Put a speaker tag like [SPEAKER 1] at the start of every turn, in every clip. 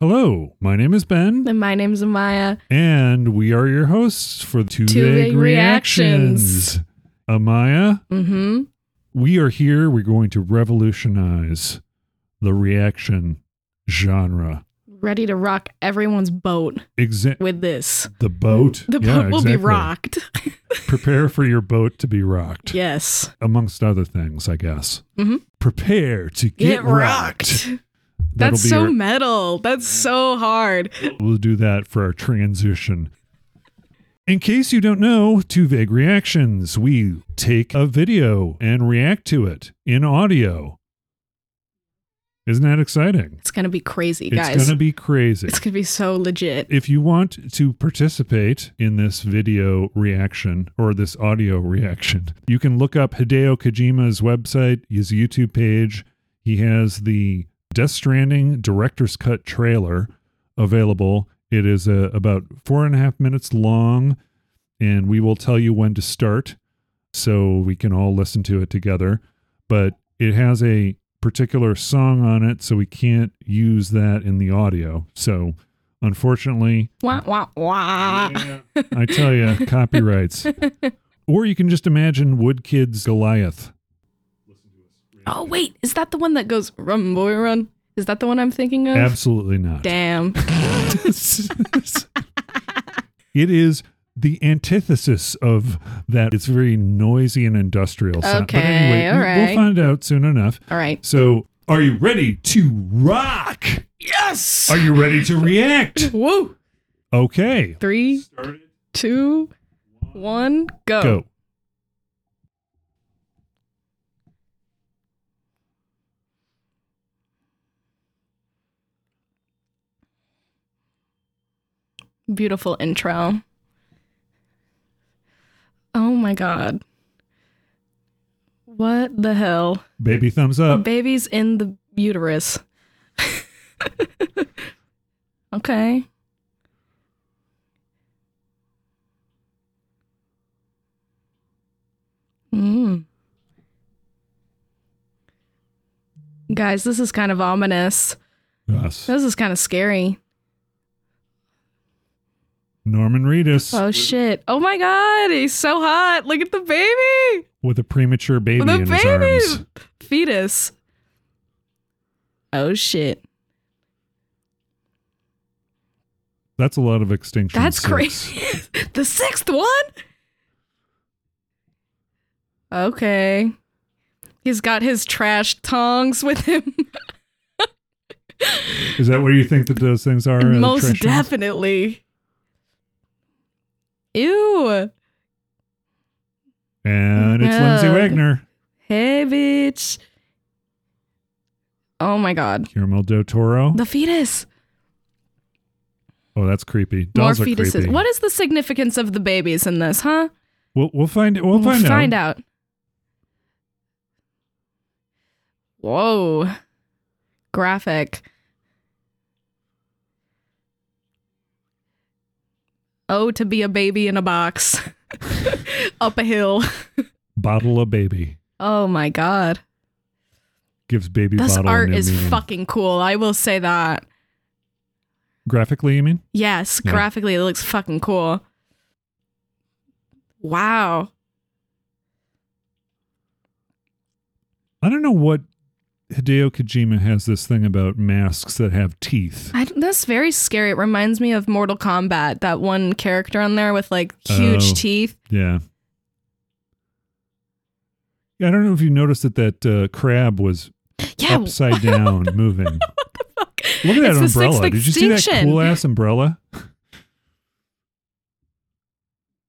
[SPEAKER 1] Hello, my name is Ben,
[SPEAKER 2] And my name's Amaya.
[SPEAKER 1] and we are your hosts for Two,
[SPEAKER 2] Two
[SPEAKER 1] Vague
[SPEAKER 2] Vague Reactions.
[SPEAKER 1] Reactions. Amaya,
[SPEAKER 2] Mm-hmm.
[SPEAKER 1] we are here. We're going to revolutionize the reaction genre.
[SPEAKER 2] Ready to rock everyone's boat
[SPEAKER 1] Exa-
[SPEAKER 2] with this.
[SPEAKER 1] the boat.
[SPEAKER 2] The boat
[SPEAKER 1] Yeah,
[SPEAKER 2] will be
[SPEAKER 1] exactly.
[SPEAKER 2] rocked.
[SPEAKER 1] Prepare for your boat to be rocked,
[SPEAKER 2] yes.
[SPEAKER 1] amongst other things, I guess.
[SPEAKER 2] Mhm.
[SPEAKER 1] Prepare to get,
[SPEAKER 2] Get rocked.
[SPEAKER 1] That'll
[SPEAKER 2] That's
[SPEAKER 1] be
[SPEAKER 2] so
[SPEAKER 1] our-
[SPEAKER 2] metal. That's so hard.
[SPEAKER 1] We'll do that for our transition. In case you don't know, Two Vague Reactions, we take a video and react to it in audio. Isn't that exciting?
[SPEAKER 2] It's gonna be crazy,
[SPEAKER 1] It's
[SPEAKER 2] guys.
[SPEAKER 1] going to be crazy.
[SPEAKER 2] It's gonna be so legit.
[SPEAKER 1] If you want to participate in this video reaction or this audio reaction, you can look up Hideo Kojima's website, his YouTube page. He has the Death Stranding Director's Cut trailer available. It is uh, about four and a half minutes long, and we will tell you when to start so we can all listen to it together. But it has a particular song on it, so we can't use that in the audio. So unfortunately,
[SPEAKER 2] Wah wah wah.
[SPEAKER 1] I tell you, copyrights. Or you can just imagine Woodkid's Goliath.
[SPEAKER 2] Oh wait, is that the one that goes run boy run? Is that the one I'm thinking of?
[SPEAKER 1] Absolutely not.
[SPEAKER 2] Damn.
[SPEAKER 1] it is the antithesis of that. It's very noisy and industrial. sound.
[SPEAKER 2] Okay, all
[SPEAKER 1] we- we'll
[SPEAKER 2] right.
[SPEAKER 1] find out soon enough.
[SPEAKER 2] All right.
[SPEAKER 1] So, are you ready to rock?
[SPEAKER 2] Yes.
[SPEAKER 1] Are you ready to react?
[SPEAKER 2] Woo.
[SPEAKER 1] Okay,
[SPEAKER 2] Three, two, one, go.
[SPEAKER 1] go.
[SPEAKER 2] Beautiful intro. Oh my god. What the hell?
[SPEAKER 1] Baby thumbs
[SPEAKER 2] The
[SPEAKER 1] up.
[SPEAKER 2] baby's in the uterus. okay. Mm. Guys, this is kind of ominous.
[SPEAKER 1] Yes.
[SPEAKER 2] This is kind of scary.
[SPEAKER 1] Norman Reedus
[SPEAKER 2] Oh shit. Oh my god, he's so hot. Look at the baby.
[SPEAKER 1] with a premature baby
[SPEAKER 2] the
[SPEAKER 1] in his
[SPEAKER 2] baby.
[SPEAKER 1] arms.
[SPEAKER 2] Fetus. Oh shit.
[SPEAKER 1] That's a lot of extinction.
[SPEAKER 2] That's
[SPEAKER 1] six.
[SPEAKER 2] crazy. the sixth one? Okay. He's got his trash tongs with him.
[SPEAKER 1] Is that what you think that those things are? uh,
[SPEAKER 2] Most
[SPEAKER 1] trash cans?
[SPEAKER 2] definitely. Ew.
[SPEAKER 1] And it's Lindsay
[SPEAKER 2] Ugh.
[SPEAKER 1] Wagner.
[SPEAKER 2] Hey, bitch. Oh my god.
[SPEAKER 1] Guillermo del Toro.
[SPEAKER 2] The fetus.
[SPEAKER 1] oh, that's creepy. Dolls
[SPEAKER 2] More
[SPEAKER 1] are
[SPEAKER 2] fetuses.
[SPEAKER 1] creepy.
[SPEAKER 2] What is the significance of the babies in this, huh?
[SPEAKER 1] We'll, we'll find. We'll, find, out.
[SPEAKER 2] out. Whoa. Graphic. Oh, to be a baby in a box up a hill.
[SPEAKER 1] Bottle a baby
[SPEAKER 2] Oh my god.
[SPEAKER 1] gives baby
[SPEAKER 2] this
[SPEAKER 1] bottle. a
[SPEAKER 2] art
[SPEAKER 1] new
[SPEAKER 2] is
[SPEAKER 1] meaning.
[SPEAKER 2] fucking cool. I will say that.
[SPEAKER 1] Graphically, you mean?
[SPEAKER 2] Yes,
[SPEAKER 1] Yeah.
[SPEAKER 2] graphically it looks fucking cool. Wow.
[SPEAKER 1] I don't know what Hideo Kojima has this thing about masks that have teeth.
[SPEAKER 2] I, that's very scary. It reminds me of Mortal Kombat, that one character on there with like huge
[SPEAKER 1] Oh.
[SPEAKER 2] teeth.
[SPEAKER 1] Yeah. Yeah, I don't know if you noticed that that uh, crab was
[SPEAKER 2] Yeah,
[SPEAKER 1] upside down moving. Look at that
[SPEAKER 2] It's the sixth
[SPEAKER 1] umbrella. Did you see that
[SPEAKER 2] extinction.
[SPEAKER 1] cool ass umbrella?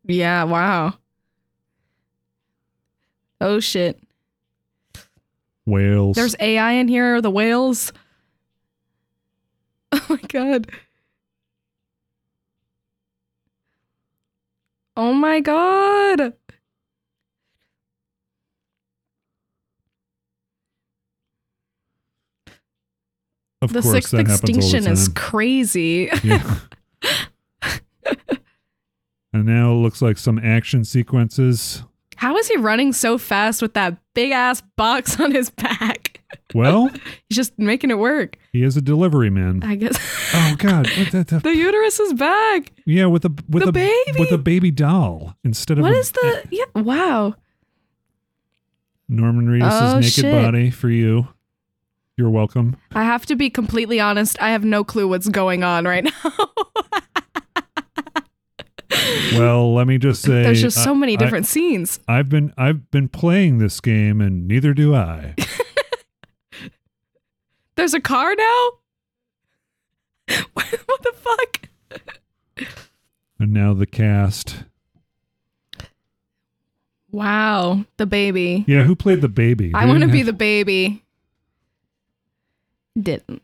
[SPEAKER 2] Yeah, wow. Oh shit.
[SPEAKER 1] Whales.
[SPEAKER 2] There's AI in here, the whales. Oh my god. Oh my god.
[SPEAKER 1] of
[SPEAKER 2] the
[SPEAKER 1] course,
[SPEAKER 2] sixth
[SPEAKER 1] that happens all the
[SPEAKER 2] extinction is
[SPEAKER 1] time.
[SPEAKER 2] crazy.
[SPEAKER 1] Yeah. and now it looks like some action sequences.
[SPEAKER 2] How is he running so fast with that big ass box on his back?
[SPEAKER 1] Well,
[SPEAKER 2] He's just making it work.
[SPEAKER 1] he is a delivery man.
[SPEAKER 2] I guess.
[SPEAKER 1] Oh God! What the- the-
[SPEAKER 2] the uterus is back.
[SPEAKER 1] yeah, with a with
[SPEAKER 2] The
[SPEAKER 1] a
[SPEAKER 2] baby?
[SPEAKER 1] with a baby doll instead of
[SPEAKER 2] What
[SPEAKER 1] a-
[SPEAKER 2] is the? Yeah. Wow.
[SPEAKER 1] Norman Reedus'
[SPEAKER 2] Oh,
[SPEAKER 1] naked
[SPEAKER 2] shit.
[SPEAKER 1] body for you. You're welcome.
[SPEAKER 2] I have to be completely honest. I have no clue what's going on right now.
[SPEAKER 1] Well, let me just say
[SPEAKER 2] There's just so
[SPEAKER 1] I-
[SPEAKER 2] many
[SPEAKER 1] I-
[SPEAKER 2] different scenes.
[SPEAKER 1] I've been I've been playing this game and neither do I.
[SPEAKER 2] There's a car now? what the fuck?
[SPEAKER 1] and now the cast.
[SPEAKER 2] Wow, the baby.
[SPEAKER 1] Yeah, who played the baby?
[SPEAKER 2] I
[SPEAKER 1] They
[SPEAKER 2] want to
[SPEAKER 1] didn't
[SPEAKER 2] be
[SPEAKER 1] have-
[SPEAKER 2] the baby. Didn't.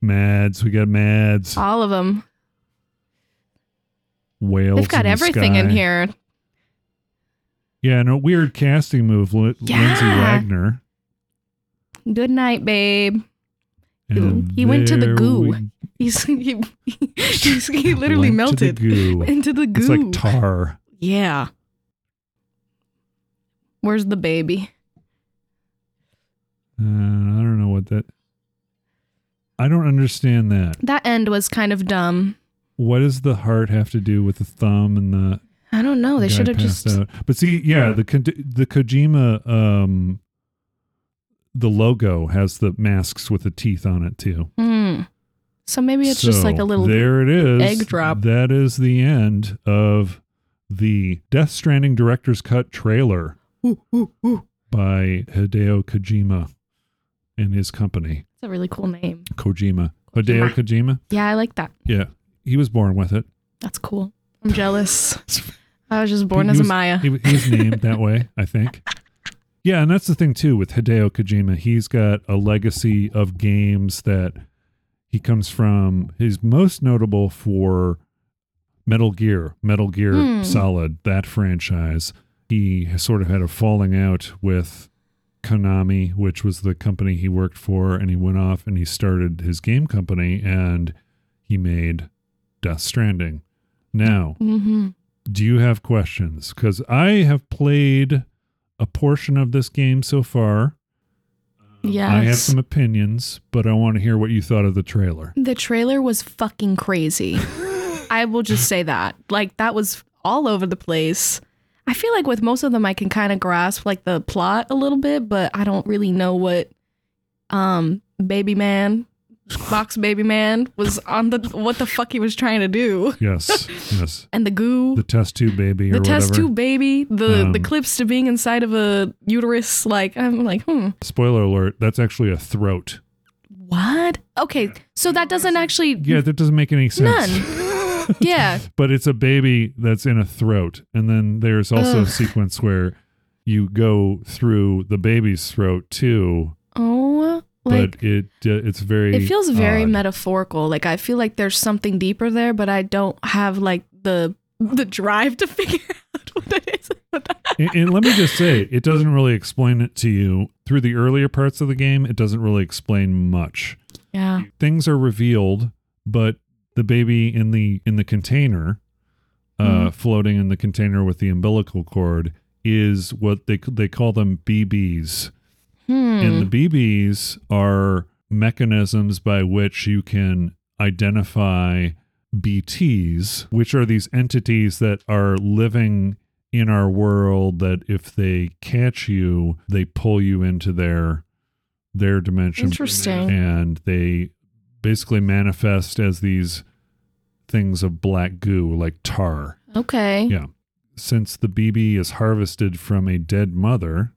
[SPEAKER 1] Mads. We got Mads.
[SPEAKER 2] All of them.
[SPEAKER 1] Whales.
[SPEAKER 2] They've got
[SPEAKER 1] in the
[SPEAKER 2] everything in
[SPEAKER 1] sky.
[SPEAKER 2] here.
[SPEAKER 1] Yeah, and a weird casting move. Li-
[SPEAKER 2] Yeah.
[SPEAKER 1] Lindsay Wagner.
[SPEAKER 2] Good night, babe.
[SPEAKER 1] And
[SPEAKER 2] He went to the
[SPEAKER 1] there
[SPEAKER 2] goo.
[SPEAKER 1] we-
[SPEAKER 2] He's, he, he's- he literally
[SPEAKER 1] went to the
[SPEAKER 2] melted
[SPEAKER 1] goo.
[SPEAKER 2] into the goo.
[SPEAKER 1] It's like tar.
[SPEAKER 2] yeah. Where's the baby?
[SPEAKER 1] Uh, I don't know what that. I don't understand that.
[SPEAKER 2] That end was kind of dumb.
[SPEAKER 1] What does the heart have to do with the thumb and the?
[SPEAKER 2] I don't know. Oh, They
[SPEAKER 1] guy
[SPEAKER 2] should have
[SPEAKER 1] passed
[SPEAKER 2] just.
[SPEAKER 1] out? But see, yeah, the Kon- the Kojima um, the logo has the masks with the teeth on it too.
[SPEAKER 2] Hmm. So maybe it's just like
[SPEAKER 1] So
[SPEAKER 2] a little
[SPEAKER 1] there it is
[SPEAKER 2] egg drop.
[SPEAKER 1] that is the end of the death stranding director's cut trailer by hideo kojima and his company
[SPEAKER 2] It's a really cool name.
[SPEAKER 1] kojima hideo kojima
[SPEAKER 2] Yeah, I like that.
[SPEAKER 1] yeah he was born with it
[SPEAKER 2] That's cool. I'm jealous. I was just born
[SPEAKER 1] He
[SPEAKER 2] as a
[SPEAKER 1] was-
[SPEAKER 2] Maya.
[SPEAKER 1] he, he was named that way i think yeah and that's the thing too with hideo kojima he's got a legacy of games that he comes from he's most notable for metal gear metal gear
[SPEAKER 2] Hmm.
[SPEAKER 1] solid that franchise he has sort of had a falling out with konami which was the company he worked for and he went off and he started his game company and he made death stranding now
[SPEAKER 2] mm-hmm.
[SPEAKER 1] do you have questions? Because I have played a portion of this game so far. Um,
[SPEAKER 2] Yes.
[SPEAKER 1] I have some opinions, but I want to hear what you thought of the trailer.
[SPEAKER 2] the trailer was fucking crazy. I will just say that. Like that was all over the place. I feel like with most of them I can kind of grasp like the plot a little bit, but I don't really know what um baby man box baby man was on the what the fuck he was trying to do.
[SPEAKER 1] Yes, yes.
[SPEAKER 2] And the goo.
[SPEAKER 1] The test tube baby or
[SPEAKER 2] the
[SPEAKER 1] whatever.
[SPEAKER 2] test tube baby the the
[SPEAKER 1] Um,
[SPEAKER 2] clips to being inside of a uterus like i'm like hmm
[SPEAKER 1] Spoiler alert, that's actually a throat.
[SPEAKER 2] what okay so that doesn't actually
[SPEAKER 1] Yeah, that doesn't make any sense.
[SPEAKER 2] yeah
[SPEAKER 1] but it's a baby that's in a throat. And then there's also
[SPEAKER 2] Ugh.
[SPEAKER 1] a sequence where you go through the baby's throat too,
[SPEAKER 2] oh like
[SPEAKER 1] but it uh, it's very um,
[SPEAKER 2] it feels very
[SPEAKER 1] odd.
[SPEAKER 2] metaphorical like i feel like there's something deeper there but i don't have like the the drive to figure out what that is What that-
[SPEAKER 1] and, and let me just say, it doesn't really explain it to you. Through the earlier parts of the game, it doesn't really explain much.
[SPEAKER 2] yeah
[SPEAKER 1] Things are revealed, but the baby in the in the container, uh, floating in the container with the umbilical cord, is what they they call them BBs,
[SPEAKER 2] hmm
[SPEAKER 1] and the BBs are mechanisms by which you can identify BTs, which are these entities that are living in our world that if they catch you, they pull you into their their dimension.
[SPEAKER 2] Interesting.
[SPEAKER 1] And they basically manifest as these things of black goo like tar.
[SPEAKER 2] okay
[SPEAKER 1] Yeah. Since the BB is harvested from a dead mother,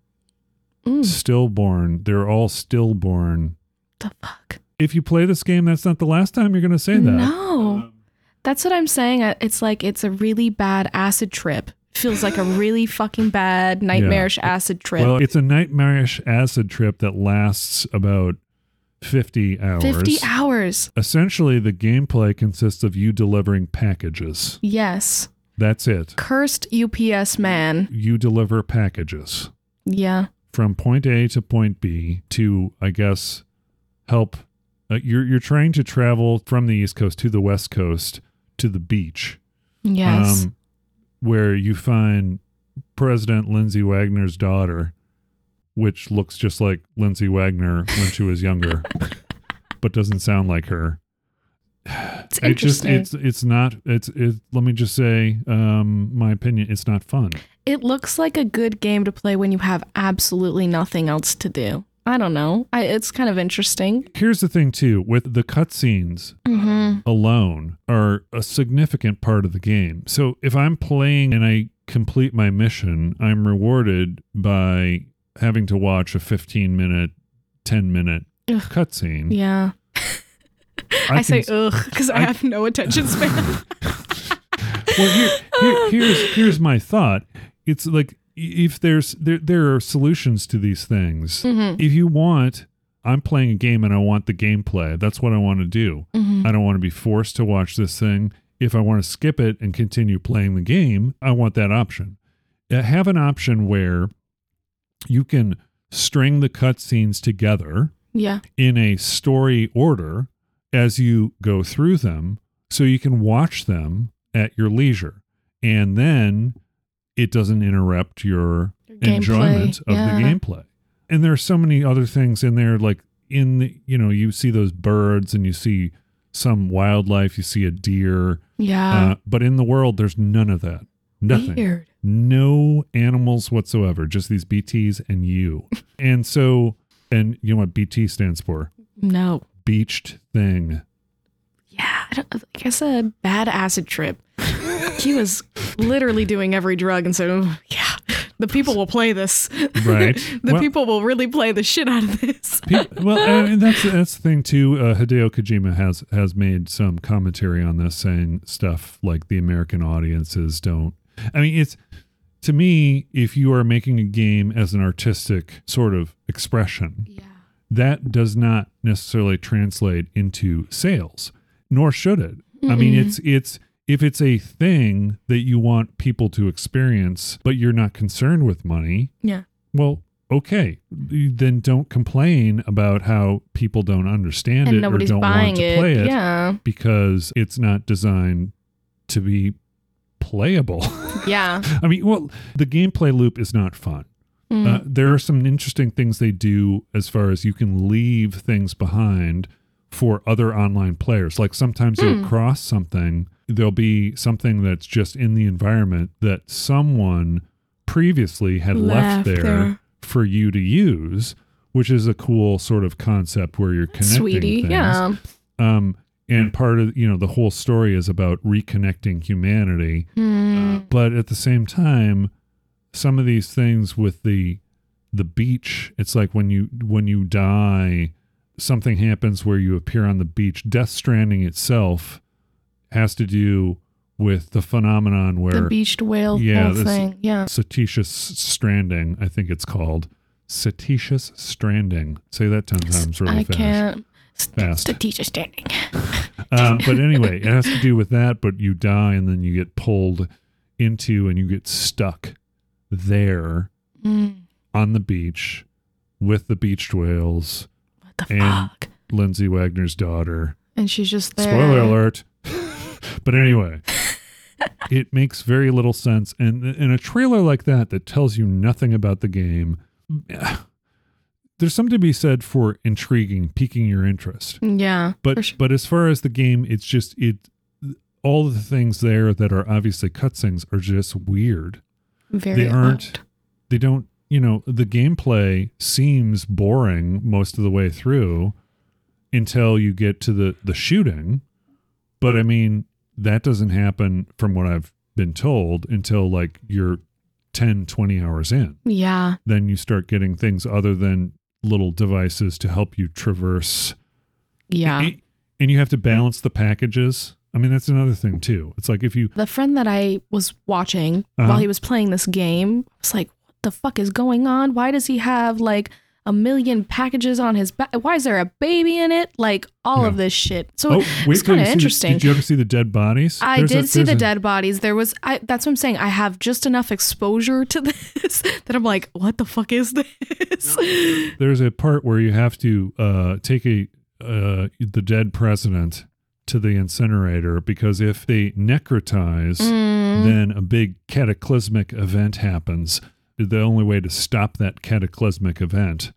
[SPEAKER 2] Mm,
[SPEAKER 1] stillborn. They're all stillborn.
[SPEAKER 2] the fuck
[SPEAKER 1] If you play this game, that's not the last time you're going to say that. Um,
[SPEAKER 2] no That's what I'm saying. I- It's like it's a really bad acid trip. Feels like a really fucking bad nightmarish acid trip.
[SPEAKER 1] Well, it's a nightmarish acid trip that lasts about 50 hours.
[SPEAKER 2] 50 hours.
[SPEAKER 1] Essentially, the gameplay consists of you delivering packages.
[SPEAKER 2] Yes.
[SPEAKER 1] That's it.
[SPEAKER 2] Cursed UPS man.
[SPEAKER 1] You deliver packages
[SPEAKER 2] Yeah.
[SPEAKER 1] from point A to point B to, I guess, help. Uh, you're, you're trying to travel from the East Coast to the West Coast to the beach.
[SPEAKER 2] Yes.
[SPEAKER 1] um, where you find President Lindsay Wagner's daughter, which looks just like Lindsay Wagner when she was younger, but doesn't sound like her.
[SPEAKER 2] it's
[SPEAKER 1] It just
[SPEAKER 2] interesting.
[SPEAKER 1] it's it's not it's it. Let me just say, um, my opinion, it's not fun.
[SPEAKER 2] it looks like a good game to play when you have absolutely nothing else to do. I don't know. I, it's kind of interesting.
[SPEAKER 1] Here's the thing too, with the cutscenes
[SPEAKER 2] Mm-hmm.
[SPEAKER 1] alone are a significant part of the game. So if I'm playing and I complete my mission, I'm rewarded by having to watch a 15 minute, 10 minute
[SPEAKER 2] Ugh.
[SPEAKER 1] cutscene.
[SPEAKER 2] Yeah.
[SPEAKER 1] can
[SPEAKER 2] I, say
[SPEAKER 1] s-
[SPEAKER 2] ugh because I,
[SPEAKER 1] I-
[SPEAKER 2] have no attention span.
[SPEAKER 1] well, here, here, here's here's my thought. It's like if there's there there are solutions to these things.
[SPEAKER 2] Mhm.
[SPEAKER 1] If you want, I'm playing a game and I want the gameplay. That's what I want to do.
[SPEAKER 2] mm-hmm.
[SPEAKER 1] I don't want to be forced to watch this thing. If I want to skip it and continue playing the game, I want that option. Uh, Have an option where you can string the cutscenes together
[SPEAKER 2] yeah.
[SPEAKER 1] in a story order as you go through them so you can watch them at your leisure. And then it doesn't interrupt your
[SPEAKER 2] Gameplay,
[SPEAKER 1] enjoyment of
[SPEAKER 2] yeah.
[SPEAKER 1] the gameplay. And there are so many other things in there, like in the, you know, you see those birds and you see some wildlife, you see a deer.
[SPEAKER 2] Yeah.
[SPEAKER 1] Uh, but in the world, there's none of that. Nothing
[SPEAKER 2] Weird.
[SPEAKER 1] no animals whatsoever, just these BTs and you. and so, and you know what BT stands for?
[SPEAKER 2] No.
[SPEAKER 1] Beached thing.
[SPEAKER 2] Yeah. I, don't, like I said, bad acid trip. he was literally doing every drug and said, "Oh, yeah, the people will play this.
[SPEAKER 1] Right.
[SPEAKER 2] the
[SPEAKER 1] Well-
[SPEAKER 2] people will really play the shit out of this.
[SPEAKER 1] Pe- well, I mean, that's that's the thing too. Uh, Hideo Kojima has has made some commentary on this, saying stuff like the American audiences don't. I mean, it's to me, if you are making a game as an artistic sort of expression,
[SPEAKER 2] Yeah.
[SPEAKER 1] that does not necessarily translate into sales, nor should it. I mean, it's it's if it's a thing that you want people to experience, but you're not concerned with money,
[SPEAKER 2] Yeah.
[SPEAKER 1] well, okay, then don't complain about how people don't understand it
[SPEAKER 2] And
[SPEAKER 1] or
[SPEAKER 2] nobody's
[SPEAKER 1] don't
[SPEAKER 2] buying
[SPEAKER 1] want to play it
[SPEAKER 2] Yeah.
[SPEAKER 1] because it's not designed to be playable.
[SPEAKER 2] Yeah.
[SPEAKER 1] I mean, well, the gameplay loop is not fun.
[SPEAKER 2] Mm.
[SPEAKER 1] Uh, there are some interesting things they do as far as you can leave things behind for other online players. Like sometimes
[SPEAKER 2] Hmm.
[SPEAKER 1] you'll cross something, there'll be something that's just in the environment that someone previously had left,
[SPEAKER 2] Left
[SPEAKER 1] there,
[SPEAKER 2] there.
[SPEAKER 1] for you to use, which is a cool sort of concept where you're connecting
[SPEAKER 2] Sweetie.
[SPEAKER 1] things.
[SPEAKER 2] Yeah.
[SPEAKER 1] Um, and part of you know the whole story is about reconnecting humanity
[SPEAKER 2] Mm.
[SPEAKER 1] but at the same time some of these things with the the beach it's like when you when you die something happens where you appear on the beach death stranding itself has to do with the phenomenon where
[SPEAKER 2] the beached whale
[SPEAKER 1] Yeah,
[SPEAKER 2] whole
[SPEAKER 1] this-
[SPEAKER 2] thing. Yeah.
[SPEAKER 1] Cetaceous stranding, I think it's called. Cetaceous stranding. Say that 10 times really
[SPEAKER 2] I
[SPEAKER 1] fast.
[SPEAKER 2] can't.
[SPEAKER 1] Fast.
[SPEAKER 2] It's the teacher standing.
[SPEAKER 1] Um, but anyway, it has to do with that. But you die, and then you get pulled into, and you get stuck there
[SPEAKER 2] Mm.
[SPEAKER 1] on the beach with the beached whales,
[SPEAKER 2] What the
[SPEAKER 1] And-
[SPEAKER 2] fuck?
[SPEAKER 1] Lindsay Wagner's daughter.
[SPEAKER 2] And she's just there.
[SPEAKER 1] Spoiler alert. but anyway, it makes very little sense. And in a trailer like that, that tells you nothing about the game, there's something to be said for intriguing, piquing your interest.
[SPEAKER 2] Yeah.
[SPEAKER 1] but
[SPEAKER 2] for sure.
[SPEAKER 1] but as far as the game it's just it all the things there that are obviously cutscenes are just weird
[SPEAKER 2] Very
[SPEAKER 1] they aren't
[SPEAKER 2] odd.
[SPEAKER 1] they don't you know the gameplay seems boring most of the way through until you get to the the shooting but i mean that doesn't happen from what i've been told until like you're 10 20 hours in
[SPEAKER 2] Yeah.
[SPEAKER 1] then you start getting things other than little devices to help you traverse
[SPEAKER 2] Yeah.
[SPEAKER 1] and, and you have to balance the packages. I mean, that's another thing too. It's like if you
[SPEAKER 2] The friend that I was watching
[SPEAKER 1] Uh-huh.
[SPEAKER 2] while he was playing this game was like, what the fuck is going on? Why does he have like a million packages on his back? Why is there a baby in it? Like all of
[SPEAKER 1] Yeah.
[SPEAKER 2] this shit. So
[SPEAKER 1] oh wait,
[SPEAKER 2] it's
[SPEAKER 1] till
[SPEAKER 2] kind of
[SPEAKER 1] you see the-
[SPEAKER 2] interesting.
[SPEAKER 1] did you ever see the dead bodies?
[SPEAKER 2] I
[SPEAKER 1] There's a-
[SPEAKER 2] did see
[SPEAKER 1] there's
[SPEAKER 2] the
[SPEAKER 1] a-
[SPEAKER 2] dead bodies. There was I that's what I'm saying. I have just enough exposure to this that I'm like, what the fuck is this?
[SPEAKER 1] There's a part where you have to uh, take a uh, the dead president to the incinerator because if they necrotize,
[SPEAKER 2] Mm, Mm-hmm.
[SPEAKER 1] then a big cataclysmic event happens. The only way to stop that cataclysmic event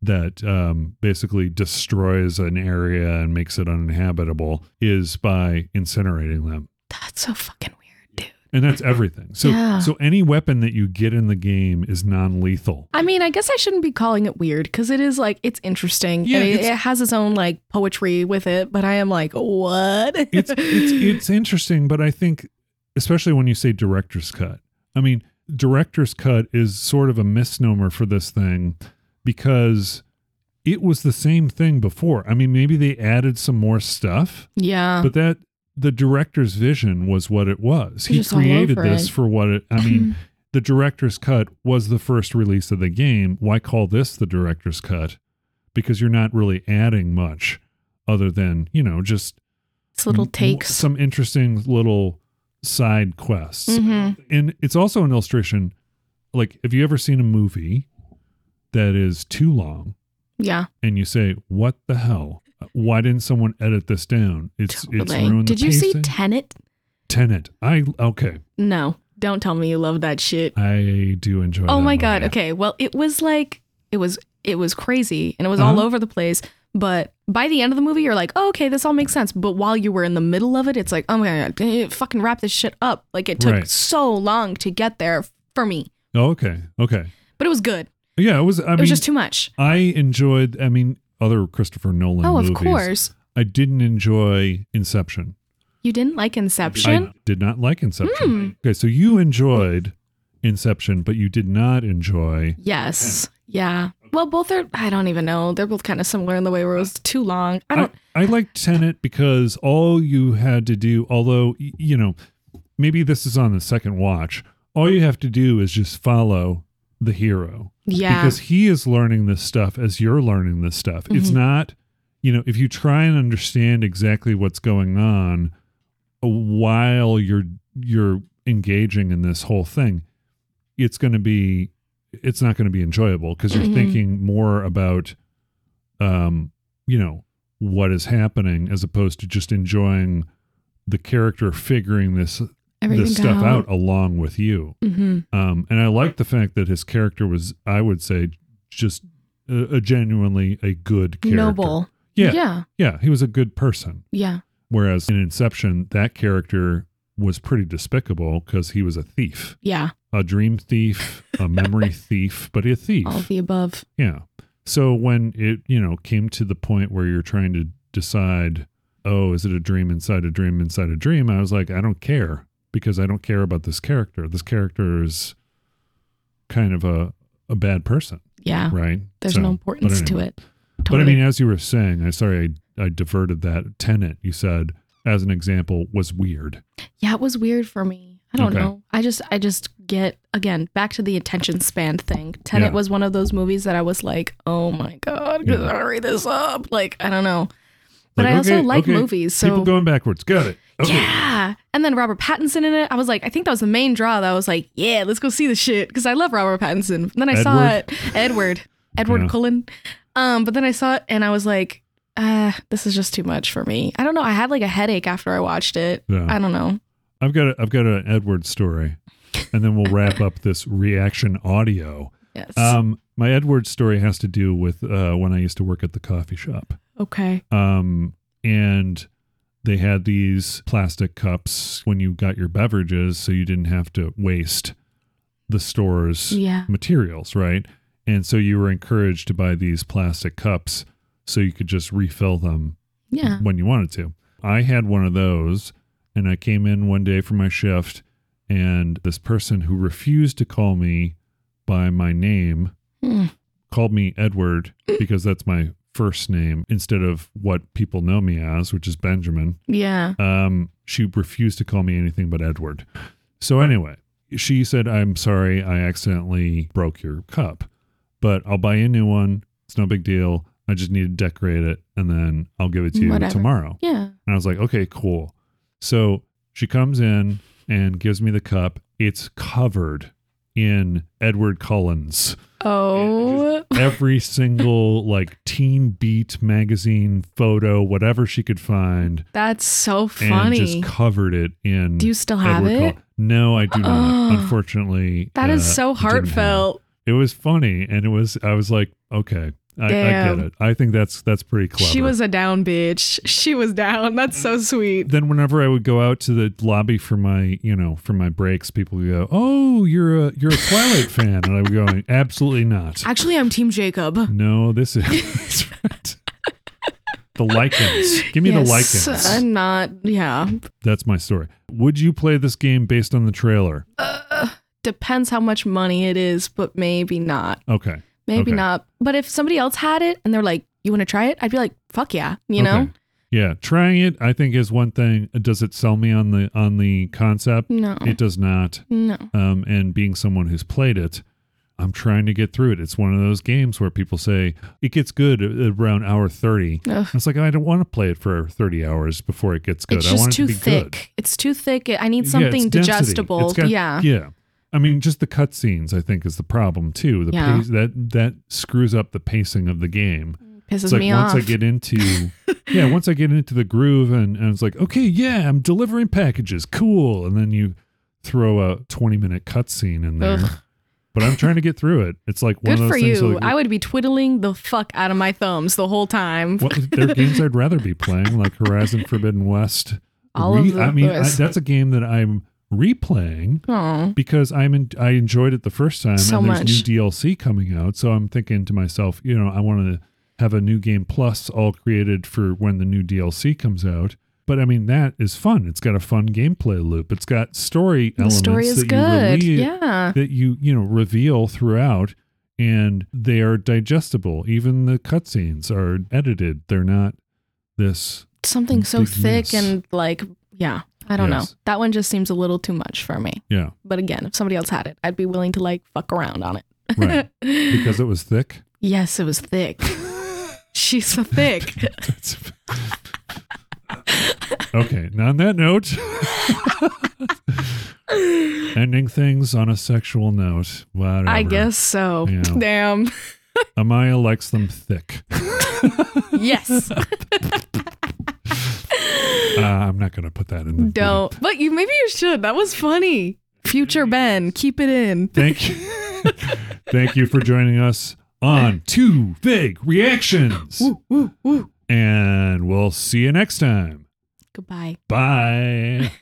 [SPEAKER 1] that um, basically destroys an area and makes it uninhabitable is by incinerating them.
[SPEAKER 2] That's so fucking weird, dude.
[SPEAKER 1] And that's everything. So,
[SPEAKER 2] Yeah.
[SPEAKER 1] so any weapon that you get in the game is non-lethal.
[SPEAKER 2] I mean, I guess I shouldn't be calling it weird because it is like it's interesting.
[SPEAKER 1] Yeah,
[SPEAKER 2] and it,
[SPEAKER 1] it's-
[SPEAKER 2] it has its own like poetry with it, but I am like, what?
[SPEAKER 1] it's it's it's interesting, but I think especially when you say director's cut. I mean, director's cut is sort of a misnomer for this thing because it was the same thing before. I mean, maybe they added some more stuff,
[SPEAKER 2] yeah.
[SPEAKER 1] but that the director's vision was what it was.
[SPEAKER 2] You're
[SPEAKER 1] He
[SPEAKER 2] just all
[SPEAKER 1] created
[SPEAKER 2] over
[SPEAKER 1] this
[SPEAKER 2] it.
[SPEAKER 1] for what it I mean, the director's cut was the first release of the game. Why call this the director's cut? Because you're not really adding much other than, you know, just
[SPEAKER 2] it's little
[SPEAKER 1] m-
[SPEAKER 2] takes.
[SPEAKER 1] some interesting little side quests
[SPEAKER 2] Mhm.
[SPEAKER 1] and it's also an illustration like have you ever seen a movie that is too long
[SPEAKER 2] Yeah.
[SPEAKER 1] and you say what the hell why didn't someone edit this down it's it's
[SPEAKER 2] Totally.
[SPEAKER 1] ruined
[SPEAKER 2] Did
[SPEAKER 1] the
[SPEAKER 2] you see
[SPEAKER 1] pacing.
[SPEAKER 2] Tenet?
[SPEAKER 1] Tenet I okay
[SPEAKER 2] No. Don't tell me you love that shit.
[SPEAKER 1] I do enjoy
[SPEAKER 2] Oh
[SPEAKER 1] that
[SPEAKER 2] my
[SPEAKER 1] movie.
[SPEAKER 2] god. Okay. Well, it was like it was it was crazy and it was all
[SPEAKER 1] Uh-huh.
[SPEAKER 2] over the place. But by the end of the movie, you're like, oh, okay, this all makes sense. But while you were in the middle of it, it's like, oh my god, eh, fucking wrap this shit up. Like it took
[SPEAKER 1] Right.
[SPEAKER 2] so long to get there for me,
[SPEAKER 1] Oh, okay okay
[SPEAKER 2] but it was good.
[SPEAKER 1] yeah it was I
[SPEAKER 2] it
[SPEAKER 1] mean
[SPEAKER 2] was just too much.
[SPEAKER 1] I enjoyed I mean other Christopher Nolan
[SPEAKER 2] Oh, of
[SPEAKER 1] movies
[SPEAKER 2] course.
[SPEAKER 1] I didn't enjoy Inception
[SPEAKER 2] You didn't like Inception? Hmm.
[SPEAKER 1] I did not like Inception. Okay, so you enjoyed Inception, but you did not enjoy.
[SPEAKER 2] yes. Yeah. Well, both are. I don't even know. They're both kind of similar in the way where it was too long. I
[SPEAKER 1] I,
[SPEAKER 2] don't.
[SPEAKER 1] I liked Tenet because all you had to do, although, y- you know, maybe this is on the second watch, all you have to do is just follow the hero
[SPEAKER 2] yeah.
[SPEAKER 1] because he is learning this stuff as you're learning this stuff. It's not, you know, if you try and understand exactly what's going on uh, while you're you're engaging in this whole thing, it's going to be it's not going to be enjoyable because you're
[SPEAKER 2] Mhm.
[SPEAKER 1] thinking more about um, you know, what is happening as opposed to just enjoying the character figuring this this stuff out along with you.
[SPEAKER 2] Mm-hmm.
[SPEAKER 1] Um, and I like the fact that his character was, I would say, just a, a genuinely a good character.
[SPEAKER 2] Noble.
[SPEAKER 1] Yeah, yeah.
[SPEAKER 2] Yeah.
[SPEAKER 1] He was a good person.
[SPEAKER 2] Yeah.
[SPEAKER 1] Whereas in Inception, that character was pretty despicable because he was a thief,
[SPEAKER 2] Yeah.
[SPEAKER 1] a dream thief, a memory thief, but a thief.
[SPEAKER 2] All of the above.
[SPEAKER 1] Yeah. So when it, you know, came to the point where you're trying to decide, oh, is it a dream inside a dream inside a dream? I was like, I don't care because I don't care about this character. This character is kind of a, a bad person,
[SPEAKER 2] Yeah.
[SPEAKER 1] right?
[SPEAKER 2] Oh, There's
[SPEAKER 1] So-
[SPEAKER 2] no importance
[SPEAKER 1] but
[SPEAKER 2] to
[SPEAKER 1] anyway.
[SPEAKER 2] it.
[SPEAKER 1] But I
[SPEAKER 2] Totally.
[SPEAKER 1] mean, as you were saying, I sorry I, I diverted that tenant you said as an example was weird.
[SPEAKER 2] yeah, it was weird for me. I don't
[SPEAKER 1] Okay.
[SPEAKER 2] know. I just, I just get again back to the attention span thing. Tenet
[SPEAKER 1] Yeah.
[SPEAKER 2] was one of those movies that I was like, oh my god,
[SPEAKER 1] Yeah.
[SPEAKER 2] hurry this up. Like I don't know, but
[SPEAKER 1] Like,
[SPEAKER 2] I also
[SPEAKER 1] okay,
[SPEAKER 2] like
[SPEAKER 1] okay,
[SPEAKER 2] movies, so
[SPEAKER 1] People going backwards. Got it. Okay.
[SPEAKER 2] yeah. And then Robert Pattinson in it. I was like, I think that was the main draw. That I was like, yeah, let's go see the shit because I love Robert Pattinson. And then I saw it,
[SPEAKER 1] Edward.
[SPEAKER 2] Edward, Edward
[SPEAKER 1] Yeah.
[SPEAKER 2] Cullen. Um, but then I saw it and I was like, uh, this is just too much for me. I don't know. I had like a headache after I watched it.
[SPEAKER 1] Yeah.
[SPEAKER 2] I don't know.
[SPEAKER 1] I've got a, I've got an Edward story, and then we'll wrap up this reaction audio.
[SPEAKER 2] Yes.
[SPEAKER 1] Um, my Edward story has to do with uh, when I used to work at the coffee shop.
[SPEAKER 2] okay.
[SPEAKER 1] Um, and they had these plastic cups when you got your beverages, so you didn't have to waste the store's
[SPEAKER 2] Yeah.
[SPEAKER 1] materials, right? And so you were encouraged to buy these plastic cups so you could just refill them
[SPEAKER 2] Yeah.
[SPEAKER 1] when you wanted to. I had one of those, and I came in one day for my shift, and this person who refused to call me by my name
[SPEAKER 2] Hmm.
[SPEAKER 1] called me Edward because that's my first name instead of what people know me as, which is Benjamin.
[SPEAKER 2] Yeah.
[SPEAKER 1] Um, she refused to call me anything but Edward. So anyway, she said, "I'm sorry, I accidentally broke your cup, but I'll buy you a new one. It's no big deal. I just need to decorate it, and then I'll give it to you
[SPEAKER 2] Whatever.
[SPEAKER 1] tomorrow."
[SPEAKER 2] Yeah.
[SPEAKER 1] And I was like, okay, cool. So she comes in and gives me the cup. It's covered in Edward Cullen's
[SPEAKER 2] Oh,
[SPEAKER 1] every single like teen beat magazine photo whatever she could find
[SPEAKER 2] that's so
[SPEAKER 1] and
[SPEAKER 2] funny.
[SPEAKER 1] just covered it in
[SPEAKER 2] Do you still have
[SPEAKER 1] Edward
[SPEAKER 2] it?
[SPEAKER 1] Cullen. no i do not
[SPEAKER 2] Ugh.
[SPEAKER 1] unfortunately
[SPEAKER 2] That
[SPEAKER 1] uh,
[SPEAKER 2] is so
[SPEAKER 1] I didn't have it.
[SPEAKER 2] heartfelt.
[SPEAKER 1] it was funny and it was i was like okay i, I get
[SPEAKER 2] Damn.
[SPEAKER 1] it i think that's that's pretty clever
[SPEAKER 2] She was a down bitch. She was down. That's so sweet.
[SPEAKER 1] then whenever I would go out to the lobby for my, you know, for my breaks, people would go, "Oh, you're a you're a Twilight fan," and I would go, "Absolutely not.
[SPEAKER 2] Actually, I'm Team Jacob.
[SPEAKER 1] no, this is that's right. the lichens. Give me
[SPEAKER 2] Yes,
[SPEAKER 1] the lichens.
[SPEAKER 2] I'm Uh, not. Yeah.
[SPEAKER 1] That's my story. Would you play this game based on the trailer?
[SPEAKER 2] Uh, Depends how much money it is, but maybe not.
[SPEAKER 1] Okay,
[SPEAKER 2] Maybe
[SPEAKER 1] Okay.
[SPEAKER 2] not. But if somebody else had it and they're like, you want to try it? I'd be like, fuck yeah. You know?
[SPEAKER 1] Okay. Yeah, trying it I think is one thing. Does it sell me on the on the concept?
[SPEAKER 2] No.
[SPEAKER 1] It does not.
[SPEAKER 2] No.
[SPEAKER 1] um, and being someone who's played it, I'm trying to get through it. It's one of those games where people say it gets good a- around hour 30.
[SPEAKER 2] Ugh.
[SPEAKER 1] It's like, I don't want to play it for 30 hours before it gets good.
[SPEAKER 2] It's
[SPEAKER 1] I
[SPEAKER 2] just
[SPEAKER 1] want it
[SPEAKER 2] too
[SPEAKER 1] to be
[SPEAKER 2] thick.
[SPEAKER 1] good.
[SPEAKER 2] It's too thick. I need
[SPEAKER 1] Yeah,
[SPEAKER 2] something
[SPEAKER 1] it's density.
[SPEAKER 2] digestible.
[SPEAKER 1] It's got-
[SPEAKER 2] yeah.
[SPEAKER 1] Yeah. I mean, just the cutscenes, I think, is the problem too. The
[SPEAKER 2] Yeah.
[SPEAKER 1] pace, that that screws up the pacing of the game.
[SPEAKER 2] Pisses
[SPEAKER 1] It's like
[SPEAKER 2] me
[SPEAKER 1] once
[SPEAKER 2] off.
[SPEAKER 1] I get into, yeah, once I get into the groove, and, and it's like, okay, yeah, I'm delivering packages, cool, and then you throw a 20 minute cutscene in there.
[SPEAKER 2] Ugh.
[SPEAKER 1] But I'm trying to get through it. It's like one
[SPEAKER 2] Good
[SPEAKER 1] of those
[SPEAKER 2] for
[SPEAKER 1] things.
[SPEAKER 2] you.
[SPEAKER 1] Like,
[SPEAKER 2] I would be twiddling the fuck out of my thumbs the whole time.
[SPEAKER 1] what, there are games I'd rather be playing, like Horizon Forbidden West.
[SPEAKER 2] All of
[SPEAKER 1] I mean, I,
[SPEAKER 2] those.
[SPEAKER 1] that's a game that I'm replaying
[SPEAKER 2] Oh,
[SPEAKER 1] because I'm in, I enjoyed it the first time,
[SPEAKER 2] So
[SPEAKER 1] and there's
[SPEAKER 2] much.
[SPEAKER 1] new DLC coming out. So I'm thinking to myself, you know, I want to have a new game plus all created for when the new DLC comes out. But I mean, that is fun. It's got a fun gameplay loop. It's got story
[SPEAKER 2] the
[SPEAKER 1] elements
[SPEAKER 2] story is
[SPEAKER 1] that
[SPEAKER 2] good.
[SPEAKER 1] you really,
[SPEAKER 2] yeah.
[SPEAKER 1] that you you know reveal throughout and they are digestible even the cutscenes are edited they're not this
[SPEAKER 2] Something so
[SPEAKER 1] big
[SPEAKER 2] thick
[SPEAKER 1] yes.
[SPEAKER 2] and like, yeah. I don't
[SPEAKER 1] Yes.
[SPEAKER 2] know. That one just seems a little too much for me.
[SPEAKER 1] yeah
[SPEAKER 2] But again, if somebody else had it, I'd be willing to like fuck around on it.
[SPEAKER 1] right because it was thick
[SPEAKER 2] Yes, it was thick. She's so thick.
[SPEAKER 1] That's- okay and on that note ending things on a sexual note whatever
[SPEAKER 2] I guess so.
[SPEAKER 1] Yeah.
[SPEAKER 2] Damn.
[SPEAKER 1] amaya likes them thick
[SPEAKER 2] Yes.
[SPEAKER 1] uh, i'm not gonna put that in the
[SPEAKER 2] Don't. But you maybe you should. That was funny. Future Ben, keep it in.
[SPEAKER 1] Thank you. Thank you for joining us on Two Big Reactions. And we'll see you next time.
[SPEAKER 2] Goodbye.
[SPEAKER 1] Bye.